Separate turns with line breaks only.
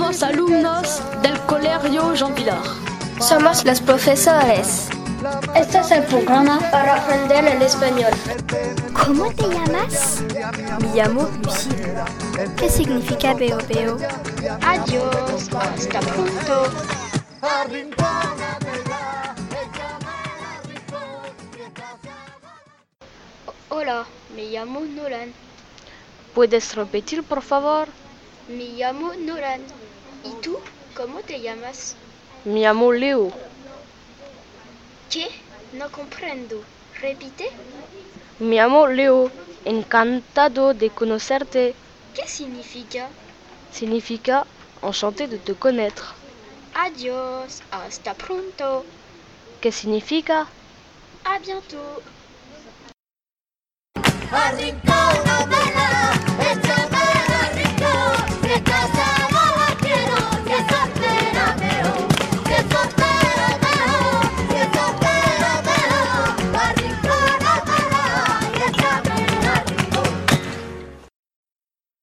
los alumnos del Colegio Jean Pilar.
Somos los profesores.
Este es el programa
para aprender el español.
¿Cómo te llamas?
Me llamo Lucía.
¿Qué significa veo veo?
Adiós, hasta pronto.
Hola, me llamo Nolan.
¿Puedes repetir, por favor?
Me llamo Nolan. ¿Y tú? ¿Cómo te llamas?
Me llamo Leo.
¿Qué? No comprendo. Repite.
Me llamo Leo. Encantado de conocerte.
¿Qué significa?
Significa enchanté de te connaître.
Adiós. Hasta pronto.
¿Qué significa?
A bientôt.
Arrincón.